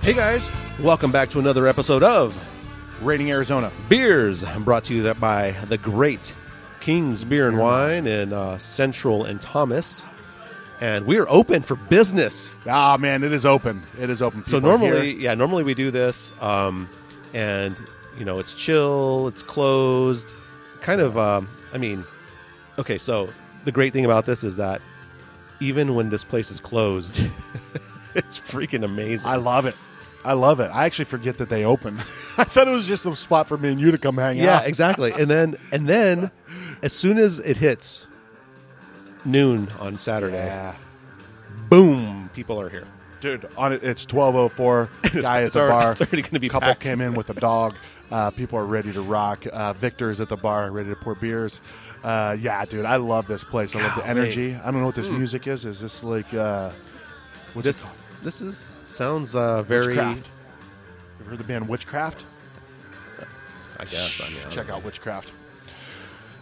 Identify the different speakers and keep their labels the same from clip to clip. Speaker 1: Hey guys, welcome back to another episode of
Speaker 2: Rating Arizona.
Speaker 1: Beers, brought to you that by the great King's Beer and Wine in uh, Central and Thomas, and we are open for business.
Speaker 2: Ah, man, it is open. It is open.
Speaker 1: So
Speaker 2: People are
Speaker 1: normally,
Speaker 2: here.
Speaker 1: yeah, normally we do this, um, and you know it's chill, it's closed, kind of. Um, I mean, okay. So the great thing about this is that even when this place is closed, it's freaking amazing.
Speaker 2: I love it. I love it. I actually forget that they open. I thought it was just a spot for me and you to come hang
Speaker 1: yeah,
Speaker 2: out.
Speaker 1: exactly. And then, and then, as soon as it hits noon on Saturday, boom, people are here.
Speaker 2: dude. On it, it's twelve oh four. Guy at
Speaker 1: it's
Speaker 2: the
Speaker 1: already-
Speaker 2: bar.
Speaker 1: it's already gonna be
Speaker 2: Couple
Speaker 1: packed.
Speaker 2: came in with a dog. Uh, people are ready to rock. Uh, Victor is at the bar, ready to pour beers. Uh, yeah, dude, I love this place. I love the
Speaker 1: Golly. Hmm.
Speaker 2: energy. I don't know what this music is. Is this like uh, what's it
Speaker 1: This,
Speaker 2: called?
Speaker 1: this is sounds uh, very.
Speaker 2: Witchcraft. You ever heard the band Witchcraft?
Speaker 1: I guess. I mean, I don't
Speaker 2: Check
Speaker 1: know.
Speaker 2: out Witchcraft.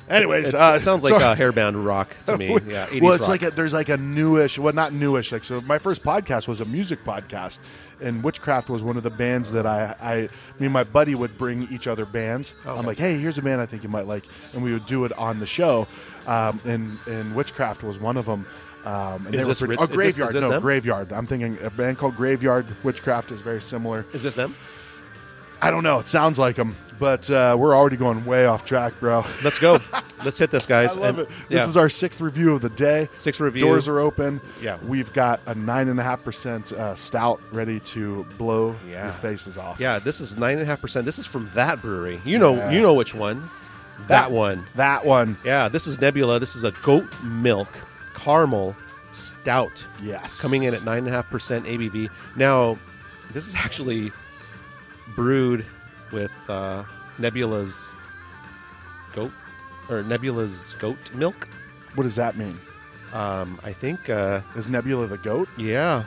Speaker 2: Anyways,
Speaker 1: It's-
Speaker 2: uh,
Speaker 1: it sounds like
Speaker 2: sorry.
Speaker 1: uh, hairband rock to me. yeah, 80s
Speaker 2: well, it's
Speaker 1: rock.
Speaker 2: like a, there's like a newish, well, not newish. Like, so my first podcast was a music podcast, and Witchcraft was one of the bands that I, I, me and my buddy would bring each other bands. I'm
Speaker 1: okay.
Speaker 2: like, hey, here's a band I think you might like, and we would do it on the show. Um, and and Witchcraft was one of them. Um, and
Speaker 1: Is
Speaker 2: they were
Speaker 1: this
Speaker 2: pretty-
Speaker 1: Rit-
Speaker 2: oh,
Speaker 1: is this-
Speaker 2: graveyard,
Speaker 1: is this
Speaker 2: no,
Speaker 1: them?
Speaker 2: graveyard. I'm thinking a band called Graveyard. Witchcraft is very similar.
Speaker 1: Is this them?
Speaker 2: I don't know. It sounds like them, but uh, we're already going way off track, bro.
Speaker 1: Let's go. Let's hit this, guys.
Speaker 2: I love
Speaker 1: And-
Speaker 2: it. This
Speaker 1: yeah.
Speaker 2: is our sixth review of the day.
Speaker 1: Sixth review.
Speaker 2: Doors are open.
Speaker 1: Yeah.
Speaker 2: We've got a nine and a half percent uh, stout ready to blow
Speaker 1: Yeah.
Speaker 2: your faces off.
Speaker 1: Yeah, this is nine and a half percent. This is from that brewery. You know,
Speaker 2: Yeah.
Speaker 1: you know which one. That, one.
Speaker 2: That one.
Speaker 1: Yeah, this is Nebula. This is a goat milk caramel stout.
Speaker 2: Yes.
Speaker 1: coming in at nine and a half percent ABV. Now, this is actually brewed with uh, Nebula's goat or Nebula's goat milk.
Speaker 2: What does that mean?
Speaker 1: Um, I think. Uh,
Speaker 2: Is Nebula the goat?
Speaker 1: yeah,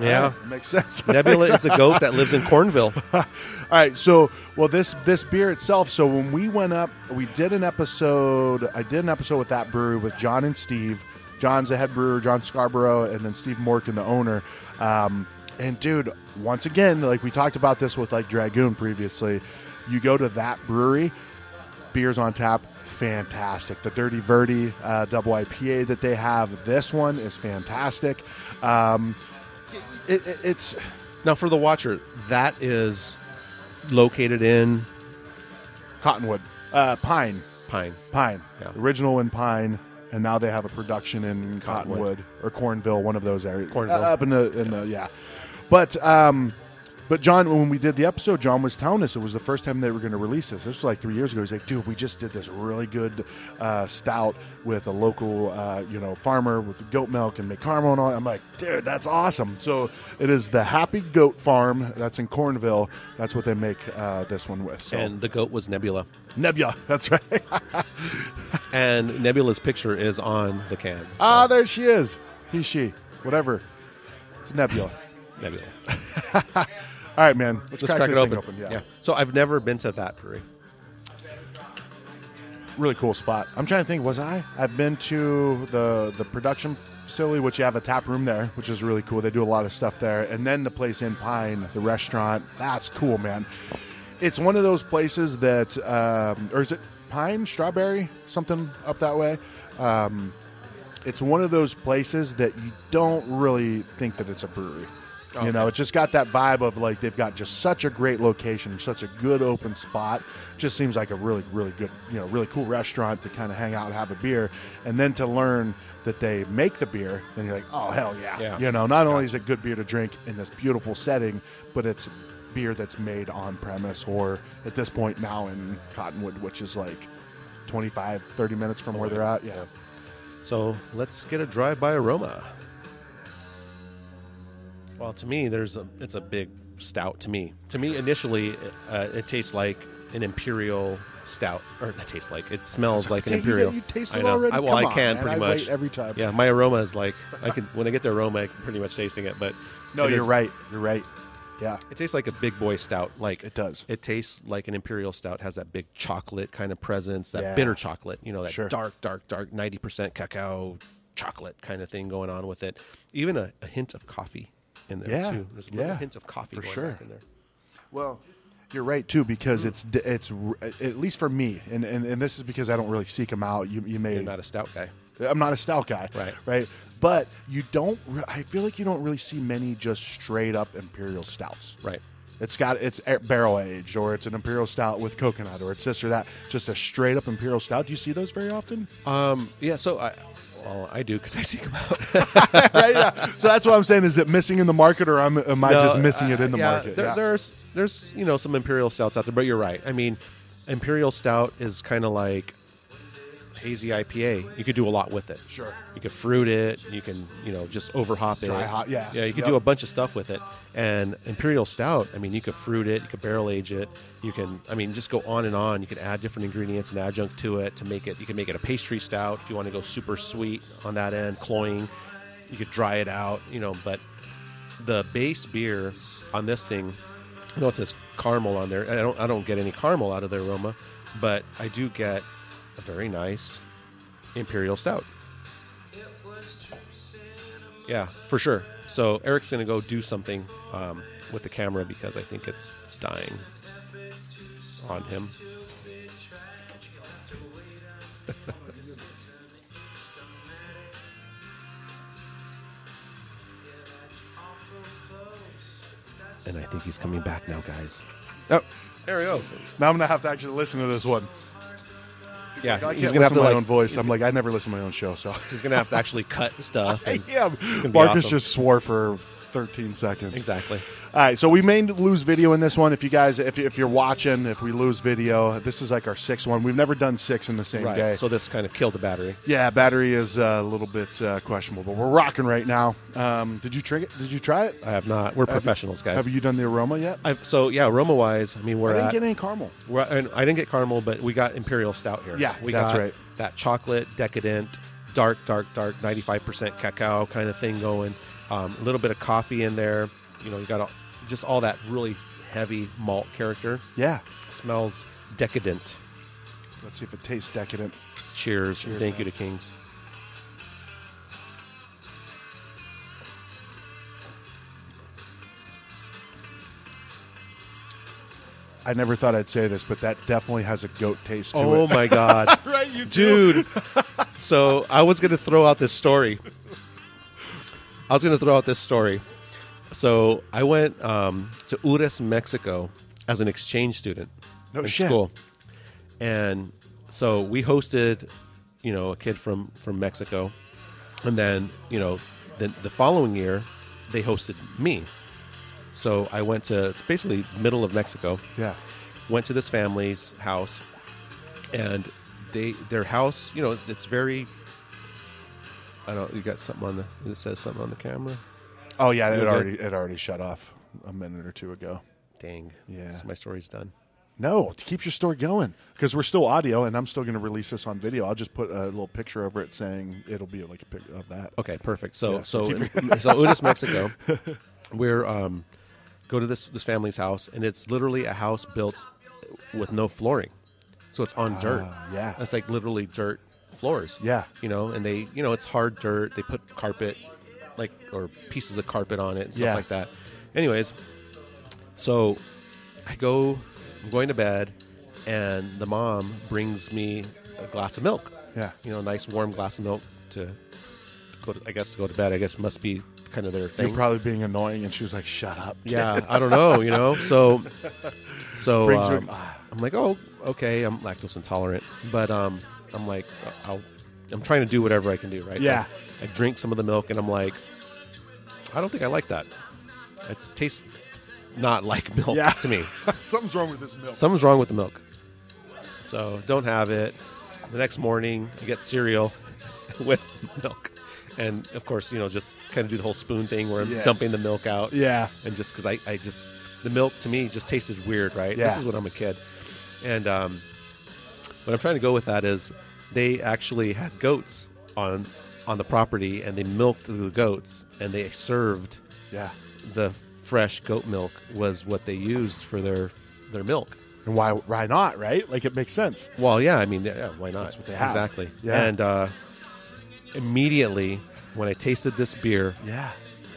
Speaker 1: yeah.
Speaker 2: Alright, makes sense.
Speaker 1: Nebula is a goat that lives in Cornville.
Speaker 2: All right, so well, this this beer itself. So when we went up, we did an episode. I did an episode with that brewery with John and Steve. John's the head brewer, John Scarborough, and then Steve Morkin, the owner. Um, and dude, once again, like we talked about this with like Dragoon previously, you go to that brewery, beers on tap, fantastic. The Dirty Verde uh, double IPA that they have, this one is fantastic. Um, it, it, it's
Speaker 1: Now, for the watcher, that is located in
Speaker 2: Cottonwood, uh, Pine.
Speaker 1: Pine.
Speaker 2: Pine.
Speaker 1: Yeah.
Speaker 2: Original in Pine, and now they have a production in
Speaker 1: Cottonwood.
Speaker 2: Cottonwood, or Cornville, one of those areas.
Speaker 1: Cornville.
Speaker 2: Uh, up in the in the yeah. But um but John, when we did the episode, John was telling us it was the first time they were going to release this. This was like three years ago. He's like, "Dude, we just did this really good uh, stout with a local, uh, you know, farmer with goat milk and make caramel and all." I'm like, "Dude, that's awesome!" So it is the Happy Goat Farm that's in Cornville. That's what they make uh, this one with. So
Speaker 1: And the goat was Nebula.
Speaker 2: Nebula, that's right.
Speaker 1: And Nebula's picture is on the can.
Speaker 2: Ah, there she is. He, she, whatever. It's Nebula.
Speaker 1: Nebula.
Speaker 2: All right, man. Let's,
Speaker 1: Let's
Speaker 2: crack,
Speaker 1: crack, it
Speaker 2: this
Speaker 1: open.
Speaker 2: Thing open. Yeah.
Speaker 1: So I've never been to that brewery.
Speaker 2: really cool spot. I'm trying to think. Was I? I've been to the the production facility, which you have a tap room there, which is really cool. They do a lot of stuff there, and then the place in Pine, the restaurant. That's cool, man. It's one of those places that, um, or is it Pine Strawberry? Something up that way. Um, it's one of those places that you don't really think that it's a brewery. You know, it just got that vibe of like they've got just such a great location, such a good open spot. Just seems like a really, really good, you know, really cool restaurant to kind of hang out and have a beer. And then to learn that they make the beer, then you're like, oh, hell yeah.
Speaker 1: Yeah.
Speaker 2: You know, not only is it good beer to drink in this beautiful setting, but it's beer that's made on premise or at this point now in Cottonwood, which is like 25, 30 minutes from where they're at. Yeah.
Speaker 1: So let's get a drive-by aroma. Well, to me, there's a it's a big stout. To me, to me, initially, uh, it tastes like an imperial stout, or it tastes like it smells like an
Speaker 2: Ta- you-
Speaker 1: imperial.
Speaker 2: you taste
Speaker 1: I
Speaker 2: it
Speaker 1: know.
Speaker 2: already?
Speaker 1: I, well,
Speaker 2: Come
Speaker 1: I
Speaker 2: on,
Speaker 1: can
Speaker 2: man.
Speaker 1: pretty
Speaker 2: I
Speaker 1: much
Speaker 2: wait every time.
Speaker 1: Yeah, my aroma is like I can when I get the aroma, I can pretty much tasting it. But
Speaker 2: No,
Speaker 1: it
Speaker 2: you're
Speaker 1: is-
Speaker 2: right. You're right. Yeah.
Speaker 1: It tastes like a big boy stout. Like
Speaker 2: It does.
Speaker 1: It tastes like an imperial stout. Has that big chocolate kind of presence, that
Speaker 2: Yeah.
Speaker 1: bitter chocolate. You know, that
Speaker 2: Sure.
Speaker 1: dark, dark, dark, ninety percent cacao chocolate kind of thing going on with it. Even a, a hint of coffee. in there
Speaker 2: Yeah,
Speaker 1: too. There's little
Speaker 2: yeah,
Speaker 1: hints of coffee
Speaker 2: for
Speaker 1: going
Speaker 2: sure.
Speaker 1: back in there.
Speaker 2: Well, you're right too because it's d- it's r- at least for me, and, and, and this is because I don't really seek them out. You you may
Speaker 1: You're not a stout guy.
Speaker 2: I'm not a stout guy,
Speaker 1: Right.
Speaker 2: Right, but you don't. Re- I feel like you don't really see many just straight up imperial stouts.
Speaker 1: Right.
Speaker 2: It's got it's a- barrel aged, or it's an imperial stout with coconut, or it's this or that. Just a straight up imperial stout. Do you see those very often?
Speaker 1: Um, yeah, so I well, I do because I seek them out.
Speaker 2: right. Yeah. So that's what I'm saying. Is it missing in the market, or am, am I
Speaker 1: No,
Speaker 2: just missing
Speaker 1: uh,
Speaker 2: it in the
Speaker 1: yeah,
Speaker 2: market?
Speaker 1: There,
Speaker 2: Yeah.
Speaker 1: There's there's you know some imperial stouts out there, but you're right. I mean, imperial stout is kind of like hazy IPA. You could do a lot with it.
Speaker 2: Sure.
Speaker 1: You could fruit it. You can you know just overhop it.
Speaker 2: Dry hop, yeah.
Speaker 1: Yeah. You could
Speaker 2: Yep.
Speaker 1: do a bunch of stuff with it. And imperial stout. I mean, you could fruit it. You could barrel age it. You can. I mean, just go on and on. You can add different ingredients and adjunct to it to make it. You can make it a pastry stout if you want to go super sweet on that end, cloying. You could dry it out. You know, but the base beer on this thing. I know it says caramel on there. I don't. I don't get any caramel out of the aroma, but I do get a very nice imperial stout. Yeah, for sure. So Eric's gonna go do something um, with the camera because I think it's dying on him. and I think he's coming back now, guys. Oh, there he goes.
Speaker 2: Now I'm gonna have to actually listen to this one.
Speaker 1: Yeah,
Speaker 2: I
Speaker 1: he's
Speaker 2: can't
Speaker 1: gonna
Speaker 2: listen
Speaker 1: have to
Speaker 2: to my
Speaker 1: like,
Speaker 2: own voice. I'm like, I never listen to my own show, so
Speaker 1: He's gonna have to actually cut stuff. and-
Speaker 2: yeah.
Speaker 1: be
Speaker 2: Marcus
Speaker 1: awesome.
Speaker 2: just swore for 13 seconds.
Speaker 1: exactly.
Speaker 2: All right, so we may lose video in this one. If you guys, if, if you're watching, if we lose video, this is like our sixth one. We've never done six in the same
Speaker 1: Right.
Speaker 2: day.
Speaker 1: So this kind of killed the battery.
Speaker 2: yeah, battery is uh, a little bit uh, questionable, but we're rocking right now. Um, did you trick it? Did you try it?
Speaker 1: I have not. We're professionals, guys.
Speaker 2: Have you done the aroma yet?
Speaker 1: I've, so yeah, aroma wise, I mean
Speaker 2: I
Speaker 1: we're
Speaker 2: didn't
Speaker 1: at.
Speaker 2: get any caramel.
Speaker 1: we're, and I didn't get caramel, but we got imperial stout here.
Speaker 2: Yeah,
Speaker 1: we
Speaker 2: that's
Speaker 1: got
Speaker 2: right.
Speaker 1: that chocolate decadent, dark, dark, dark, ninety five percent cacao kind of thing going. Um, a little bit of coffee in there. You know, you got all, just all that really heavy malt character.
Speaker 2: Yeah.
Speaker 1: Smells decadent.
Speaker 2: Let's see if it tastes decadent.
Speaker 1: Cheers.
Speaker 2: Cheers,
Speaker 1: Thank you
Speaker 2: man.
Speaker 1: to Kings.
Speaker 2: I never thought I'd say this, but that definitely has a goat taste to
Speaker 1: Oh
Speaker 2: it.
Speaker 1: my god.
Speaker 2: right, you
Speaker 1: dude. so I was gonna throw out this story. I was gonna throw out this story. So I went um, to Ures, Mexico, as an exchange student
Speaker 2: No
Speaker 1: in
Speaker 2: shit.
Speaker 1: school, and so we hosted, you know, a kid from from Mexico, and then you know, the, the following year they hosted me. So I went to it's basically middle of Mexico,
Speaker 2: Yeah.
Speaker 1: went to this family's house and they their house you know it's very i don't you got something on the it says something on the camera
Speaker 2: Oh yeah, it
Speaker 1: good?
Speaker 2: already it already shut off a minute or two ago.
Speaker 1: dang
Speaker 2: Yeah.
Speaker 1: so my story's done
Speaker 2: No, to keep your story going because we're still audio, and I'm still going to release this on video. I'll just put a little picture over it saying it'll be like a pic of that.
Speaker 1: okay perfect so
Speaker 2: Yeah,
Speaker 1: so
Speaker 2: so
Speaker 1: in, so Unis, mexico we're um go to this this family's house and it's literally a house built with no flooring so it's on dirt
Speaker 2: Ah, yeah.
Speaker 1: it's like literally dirt floors
Speaker 2: Yeah,
Speaker 1: you know, and they, you know, it's hard dirt. They put carpet, like, or pieces of carpet on it and stuff
Speaker 2: Yeah.
Speaker 1: like that. Anyways, so I go, I'm going to bed, and the mom brings me a glass of milk,
Speaker 2: yeah,
Speaker 1: you know, a nice warm glass of milk to, to go to, I guess, to go to bed. I guess must be kind of their thing.
Speaker 2: You're probably being annoying, and she was like, "Shut up."
Speaker 1: yeah, I don't know, you know, so, so,
Speaker 2: Brings her-
Speaker 1: um, I'm like, oh, okay, I'm lactose intolerant, but um, I'm like, I'll, I'm trying to do whatever I can do, right? So
Speaker 2: Yeah.
Speaker 1: I drink some of the milk, and I'm like, I don't think I like that. It tastes not like milk
Speaker 2: Yeah.
Speaker 1: to me.
Speaker 2: something's wrong with this milk.
Speaker 1: Something's wrong with the milk. So don't have it. The next morning, you get cereal with milk, and of course, you know, just kind of do the whole spoon thing where I'm
Speaker 2: Yeah.
Speaker 1: dumping the milk out
Speaker 2: yeah,
Speaker 1: and just because I, I just the milk to me just tasted weird right this
Speaker 2: Yeah.
Speaker 1: is when i'm a kid and um, what i'm trying to go with that is they actually had goats on on the property and they milked the goats and they served
Speaker 2: yeah.
Speaker 1: the fresh goat milk was what they used for their their milk
Speaker 2: And why? Why not? Right? Like it makes sense.
Speaker 1: well yeah i mean yeah, why not
Speaker 2: That's what they have.
Speaker 1: exactly
Speaker 2: Yeah.
Speaker 1: and uh, immediately when i tasted this beer
Speaker 2: Yeah.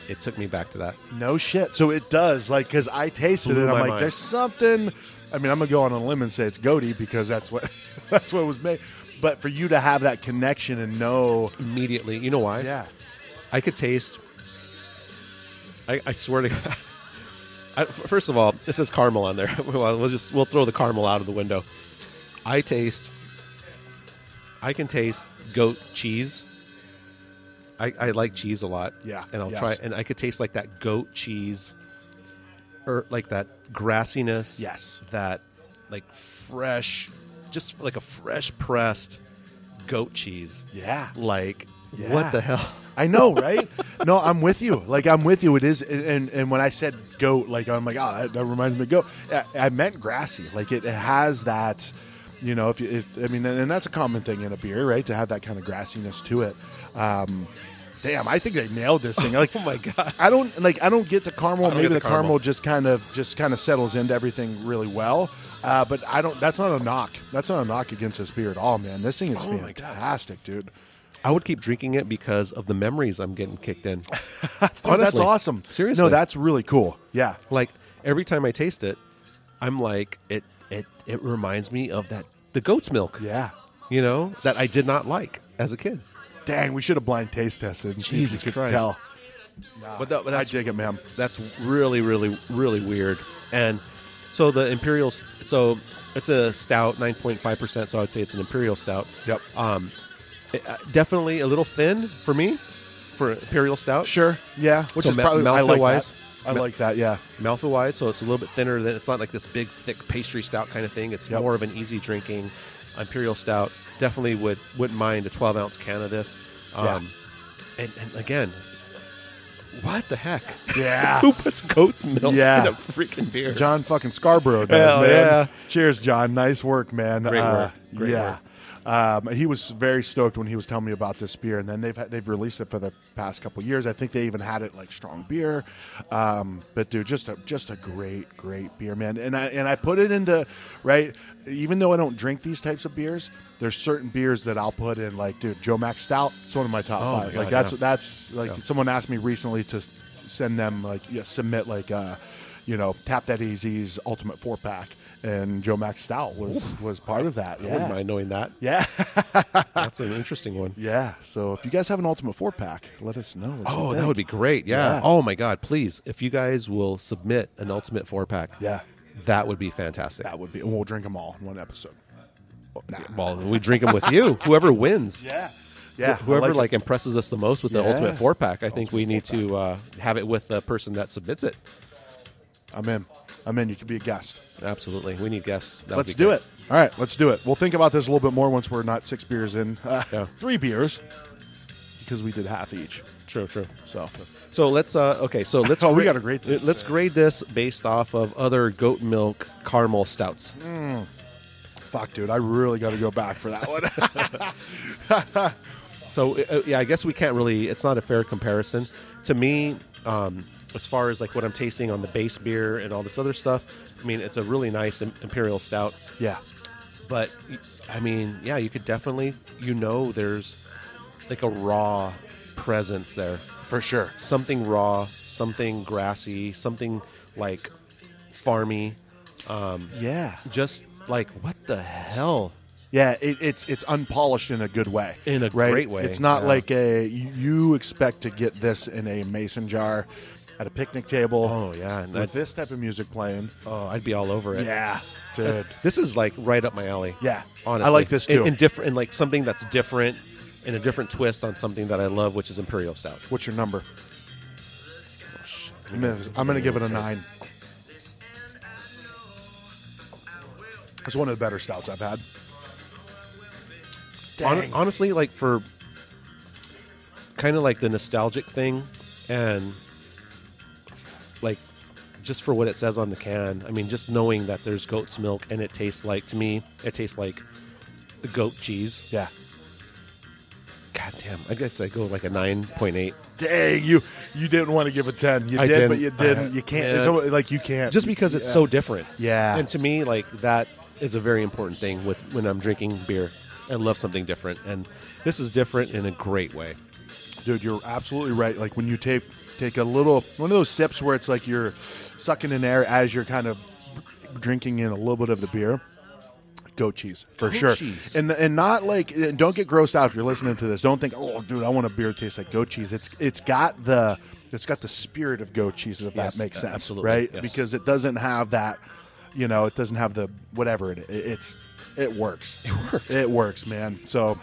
Speaker 1: it took me back to that.
Speaker 2: No shit. So it does, like, because I tasted
Speaker 1: Blew
Speaker 2: it. I'm
Speaker 1: my
Speaker 2: like,
Speaker 1: mind.
Speaker 2: there's something. I mean, I'm gonna go on a limb and say it's goatee because that's what that's what was made. But for you to have that connection and know,
Speaker 1: Immediately, you know why?
Speaker 2: yeah,
Speaker 1: I could taste. I, I swear to God. I, f- first of all, it says caramel on there. well, we'll just we'll throw the caramel out of the window. I taste. I can taste goat cheese. I, I like cheese a lot.
Speaker 2: Yeah,
Speaker 1: and I'll
Speaker 2: yes.
Speaker 1: try, and I could taste like that goat cheese, or like that grassiness.
Speaker 2: Yes.
Speaker 1: that like fresh, just like a fresh pressed goat cheese.
Speaker 2: yeah.
Speaker 1: Like
Speaker 2: Yeah.
Speaker 1: what the hell?
Speaker 2: I know, right? no, I'm with you. Like I'm with you. It is, and and when I said goat, like I'm like, ah, that, that reminds me of goat. I, I meant grassy. Like it, it has that, you know. If, you, if I mean, and, and that's a common thing in a beer, right? To have that kind of grassiness to it. Um, damn, I think they nailed this thing. Like,
Speaker 1: Oh my God.
Speaker 2: I don't like. I don't get the caramel.
Speaker 1: don't
Speaker 2: Maybe
Speaker 1: get
Speaker 2: the,
Speaker 1: the
Speaker 2: caramel.
Speaker 1: caramel.
Speaker 2: just kind of just kind of settles into everything really well. Uh, but I don't. That's not a knock. That's not a knock against this beer at all, man. This thing is
Speaker 1: Oh my God.
Speaker 2: fantastic, dude.
Speaker 1: I would keep drinking it because of the memories I'm getting kicked in.
Speaker 2: Dude, that's
Speaker 1: Honestly.
Speaker 2: awesome.
Speaker 1: Seriously.
Speaker 2: no, that's really cool. Yeah,
Speaker 1: like every time I taste it, I'm like it it it reminds me of that the goat's milk,
Speaker 2: yeah.
Speaker 1: you know, that I did not like as a kid.
Speaker 2: Dang, we should have blind taste tested. And see if
Speaker 1: Jesus
Speaker 2: you could
Speaker 1: Christ.
Speaker 2: tell.
Speaker 1: But, that, but
Speaker 2: Ah, I
Speaker 1: that's
Speaker 2: dig it, ma'am.
Speaker 1: that's really really really weird. And so the imperial s- so it's a stout 9.5%, so I would say it's an imperial stout.
Speaker 2: Yep.
Speaker 1: Um it- uh, definitely a little thin for me for imperial stout.
Speaker 2: Sure. Yeah. Which
Speaker 1: So
Speaker 2: is
Speaker 1: ma-
Speaker 2: probably I like
Speaker 1: mouthfeel-wise?
Speaker 2: that. I like that. Yeah.
Speaker 1: mouthful wise, so it's a little bit thinner than it's not like this big thick pastry stout kind of thing. It's
Speaker 2: Yep.
Speaker 1: more of an easy drinking imperial stout. Definitely would wouldn't mind a twelve ounce can of this.
Speaker 2: Yeah.
Speaker 1: Um, and, and again, what the heck?
Speaker 2: Yeah.
Speaker 1: Who puts goat's milk
Speaker 2: Yeah.
Speaker 1: in a freaking beer?
Speaker 2: John fucking Scarborough does,
Speaker 1: Hell
Speaker 2: man.
Speaker 1: yeah.
Speaker 2: Cheers, John. Nice work, man.
Speaker 1: Great
Speaker 2: Uh,
Speaker 1: work. Great
Speaker 2: yeah. Um, he was very stoked when he was telling me about this beer, and then they've had, they've released it for the past couple years. I think they even had it like strong beer, um, but dude, just a just a great great beer, man. And I and I put it into right, even though I don't drink these types of beers, there's certain beers that I'll put in like, dude, Joe Max Stout. It's one of my top
Speaker 1: Oh
Speaker 2: five.
Speaker 1: my
Speaker 2: like
Speaker 1: God,
Speaker 2: that's
Speaker 1: yeah.
Speaker 2: that's like someone asked me recently to s- send them like yeah, submit like uh you know tap that easy's ultimate four pack and joe max stout was was part of that
Speaker 1: I wouldn't
Speaker 2: yeah
Speaker 1: mind knowing that.
Speaker 2: yeah
Speaker 1: That's an interesting one.
Speaker 2: yeah so if you guys have an ultimate four pack let us know What you
Speaker 1: Oh, that
Speaker 2: think.
Speaker 1: would be great. Yeah.
Speaker 2: Yeah.
Speaker 1: Oh my God, please. If you guys will submit an ultimate four pack,
Speaker 2: yeah
Speaker 1: that would be fantastic.
Speaker 2: that would be and we'll drink them all in one episode
Speaker 1: Well, we drink them with you. Whoever wins.
Speaker 2: yeah yeah I
Speaker 1: whoever like,
Speaker 2: it.
Speaker 1: impresses us the most with the
Speaker 2: Yeah.
Speaker 1: ultimate four pack, I think we need to uh, have it with the person that submits it.
Speaker 2: i'm in i'm in you could be a guest
Speaker 1: Absolutely, we need guests. That would
Speaker 2: let's
Speaker 1: be
Speaker 2: do
Speaker 1: good.
Speaker 2: it all right let's do it we'll think about this a little bit more once we're not six beers in uh,
Speaker 1: Yeah.
Speaker 2: three beers because we did half each
Speaker 1: True, true.
Speaker 2: so
Speaker 1: So let's uh, okay. So let's.
Speaker 2: Oh, we gotta grade this.
Speaker 1: Let's grade this based off of other goat milk caramel stouts.
Speaker 2: Fuck, dude, I really got to go back for that one.
Speaker 1: So uh, yeah, I guess we can't really. It's not a fair comparison to me. Um, as far as like what I'm tasting on the base beer and all this other stuff, I mean, it's a really nice im- imperial stout.
Speaker 2: yeah,
Speaker 1: but I mean, yeah, you could definitely, you know, there's like a raw presence there.
Speaker 2: for sure.
Speaker 1: Something raw, something grassy, something like farmy.
Speaker 2: Yeah,
Speaker 1: Just like, what the hell?
Speaker 2: yeah. It, it's it's unpolished in a good way,
Speaker 1: In a
Speaker 2: right?
Speaker 1: great way,
Speaker 2: It's not
Speaker 1: yeah.
Speaker 2: like a you expect to get this in a mason jar at a picnic table.
Speaker 1: Oh, yeah. And
Speaker 2: with
Speaker 1: I'd,
Speaker 2: this type of music playing.
Speaker 1: oh, I'd be all over it.
Speaker 2: Yeah, dude.
Speaker 1: This is like right up my alley.
Speaker 2: Yeah.
Speaker 1: Honestly.
Speaker 2: I like this too.
Speaker 1: And, and different, and like something that's different and a different twist on something that I love, which is Imperial Stout.
Speaker 2: What's your number?
Speaker 1: Oh,
Speaker 2: I'm gonna, I'm gonna give it a nine. It's one of the better stouts I've had.
Speaker 1: Hon-
Speaker 2: Dang.
Speaker 1: honestly, like for kind of like the nostalgic thing, and like just for what it says on the can. I mean, just knowing that there's goat's milk and it tastes like to me, it tastes like goat cheese.
Speaker 2: Yeah.
Speaker 1: God damn, I guess I go like a nine point eight,
Speaker 2: Dang, you you didn't want to give a ten. You
Speaker 1: I
Speaker 2: did, but
Speaker 1: didn't.
Speaker 2: you didn't.
Speaker 1: I-
Speaker 2: you can't.
Speaker 1: yeah.
Speaker 2: It's almost, like you can't.
Speaker 1: just because it's so different.
Speaker 2: Yeah.
Speaker 1: and to me, like that is a very important thing with when I'm drinking beer. I love something different, and this is different in a great way.
Speaker 2: Dude, you're absolutely right. Like when you take take a little one of those sips where it's like you're sucking in air as you're kind of drinking in a little bit of the beer. Goat cheese for
Speaker 1: Goat
Speaker 2: sure,
Speaker 1: cheese.
Speaker 2: and and not like and don't get grossed out if you're listening to this. Don't think, oh, dude, I want a beer that tastes like goat cheese. It's it's got the it's got the spirit of goat cheese if
Speaker 1: Yes,
Speaker 2: that makes sense,
Speaker 1: absolutely,
Speaker 2: right?
Speaker 1: yes.
Speaker 2: Because it doesn't have that, you know, it doesn't have the whatever it, it it's it works. It works. It works, man. So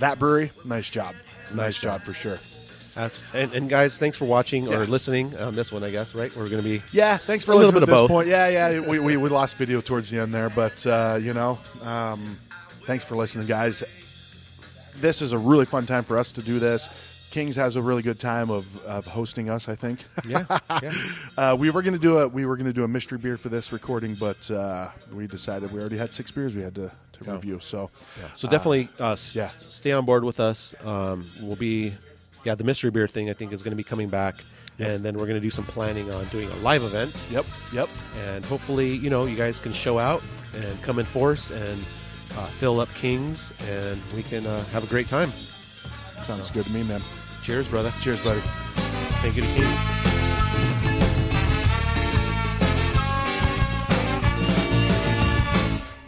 Speaker 2: that brewery, nice job, nice, job. for sure.
Speaker 1: Abs- And, and guys, thanks for watching or
Speaker 2: Yeah.
Speaker 1: listening on this one. I guess right. We're going to be
Speaker 2: Yeah, thanks for
Speaker 1: A little
Speaker 2: listening at
Speaker 1: bit of
Speaker 2: this
Speaker 1: both.
Speaker 2: point. Yeah, yeah, we, we, we lost video towards the end there, but uh, you know, um, thanks for listening, guys. This is a really fun time for us to do this. Kings has a really good time of, of hosting us. I think.
Speaker 1: yeah. yeah.
Speaker 2: Uh, we were gonna do a we were gonna do a mystery beer for this recording, but uh, we decided we already had six beers we had to, to review. So
Speaker 1: So definitely uh, s-
Speaker 2: yeah.
Speaker 1: s- stay on board with us. Um, we'll be yeah the mystery beer thing I think is going to be coming back, and then we're going to do some planning on doing a live event.
Speaker 2: yep, yep,
Speaker 1: and hopefully you know you guys can show out and come in force and uh, fill up kings and we can uh, have a great time
Speaker 2: sounds good to me, man.
Speaker 1: cheers brother
Speaker 2: Cheers, buddy.
Speaker 1: thank you to kings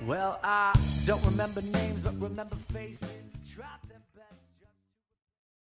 Speaker 3: Well, I don't remember names, but remember faces. Drop the-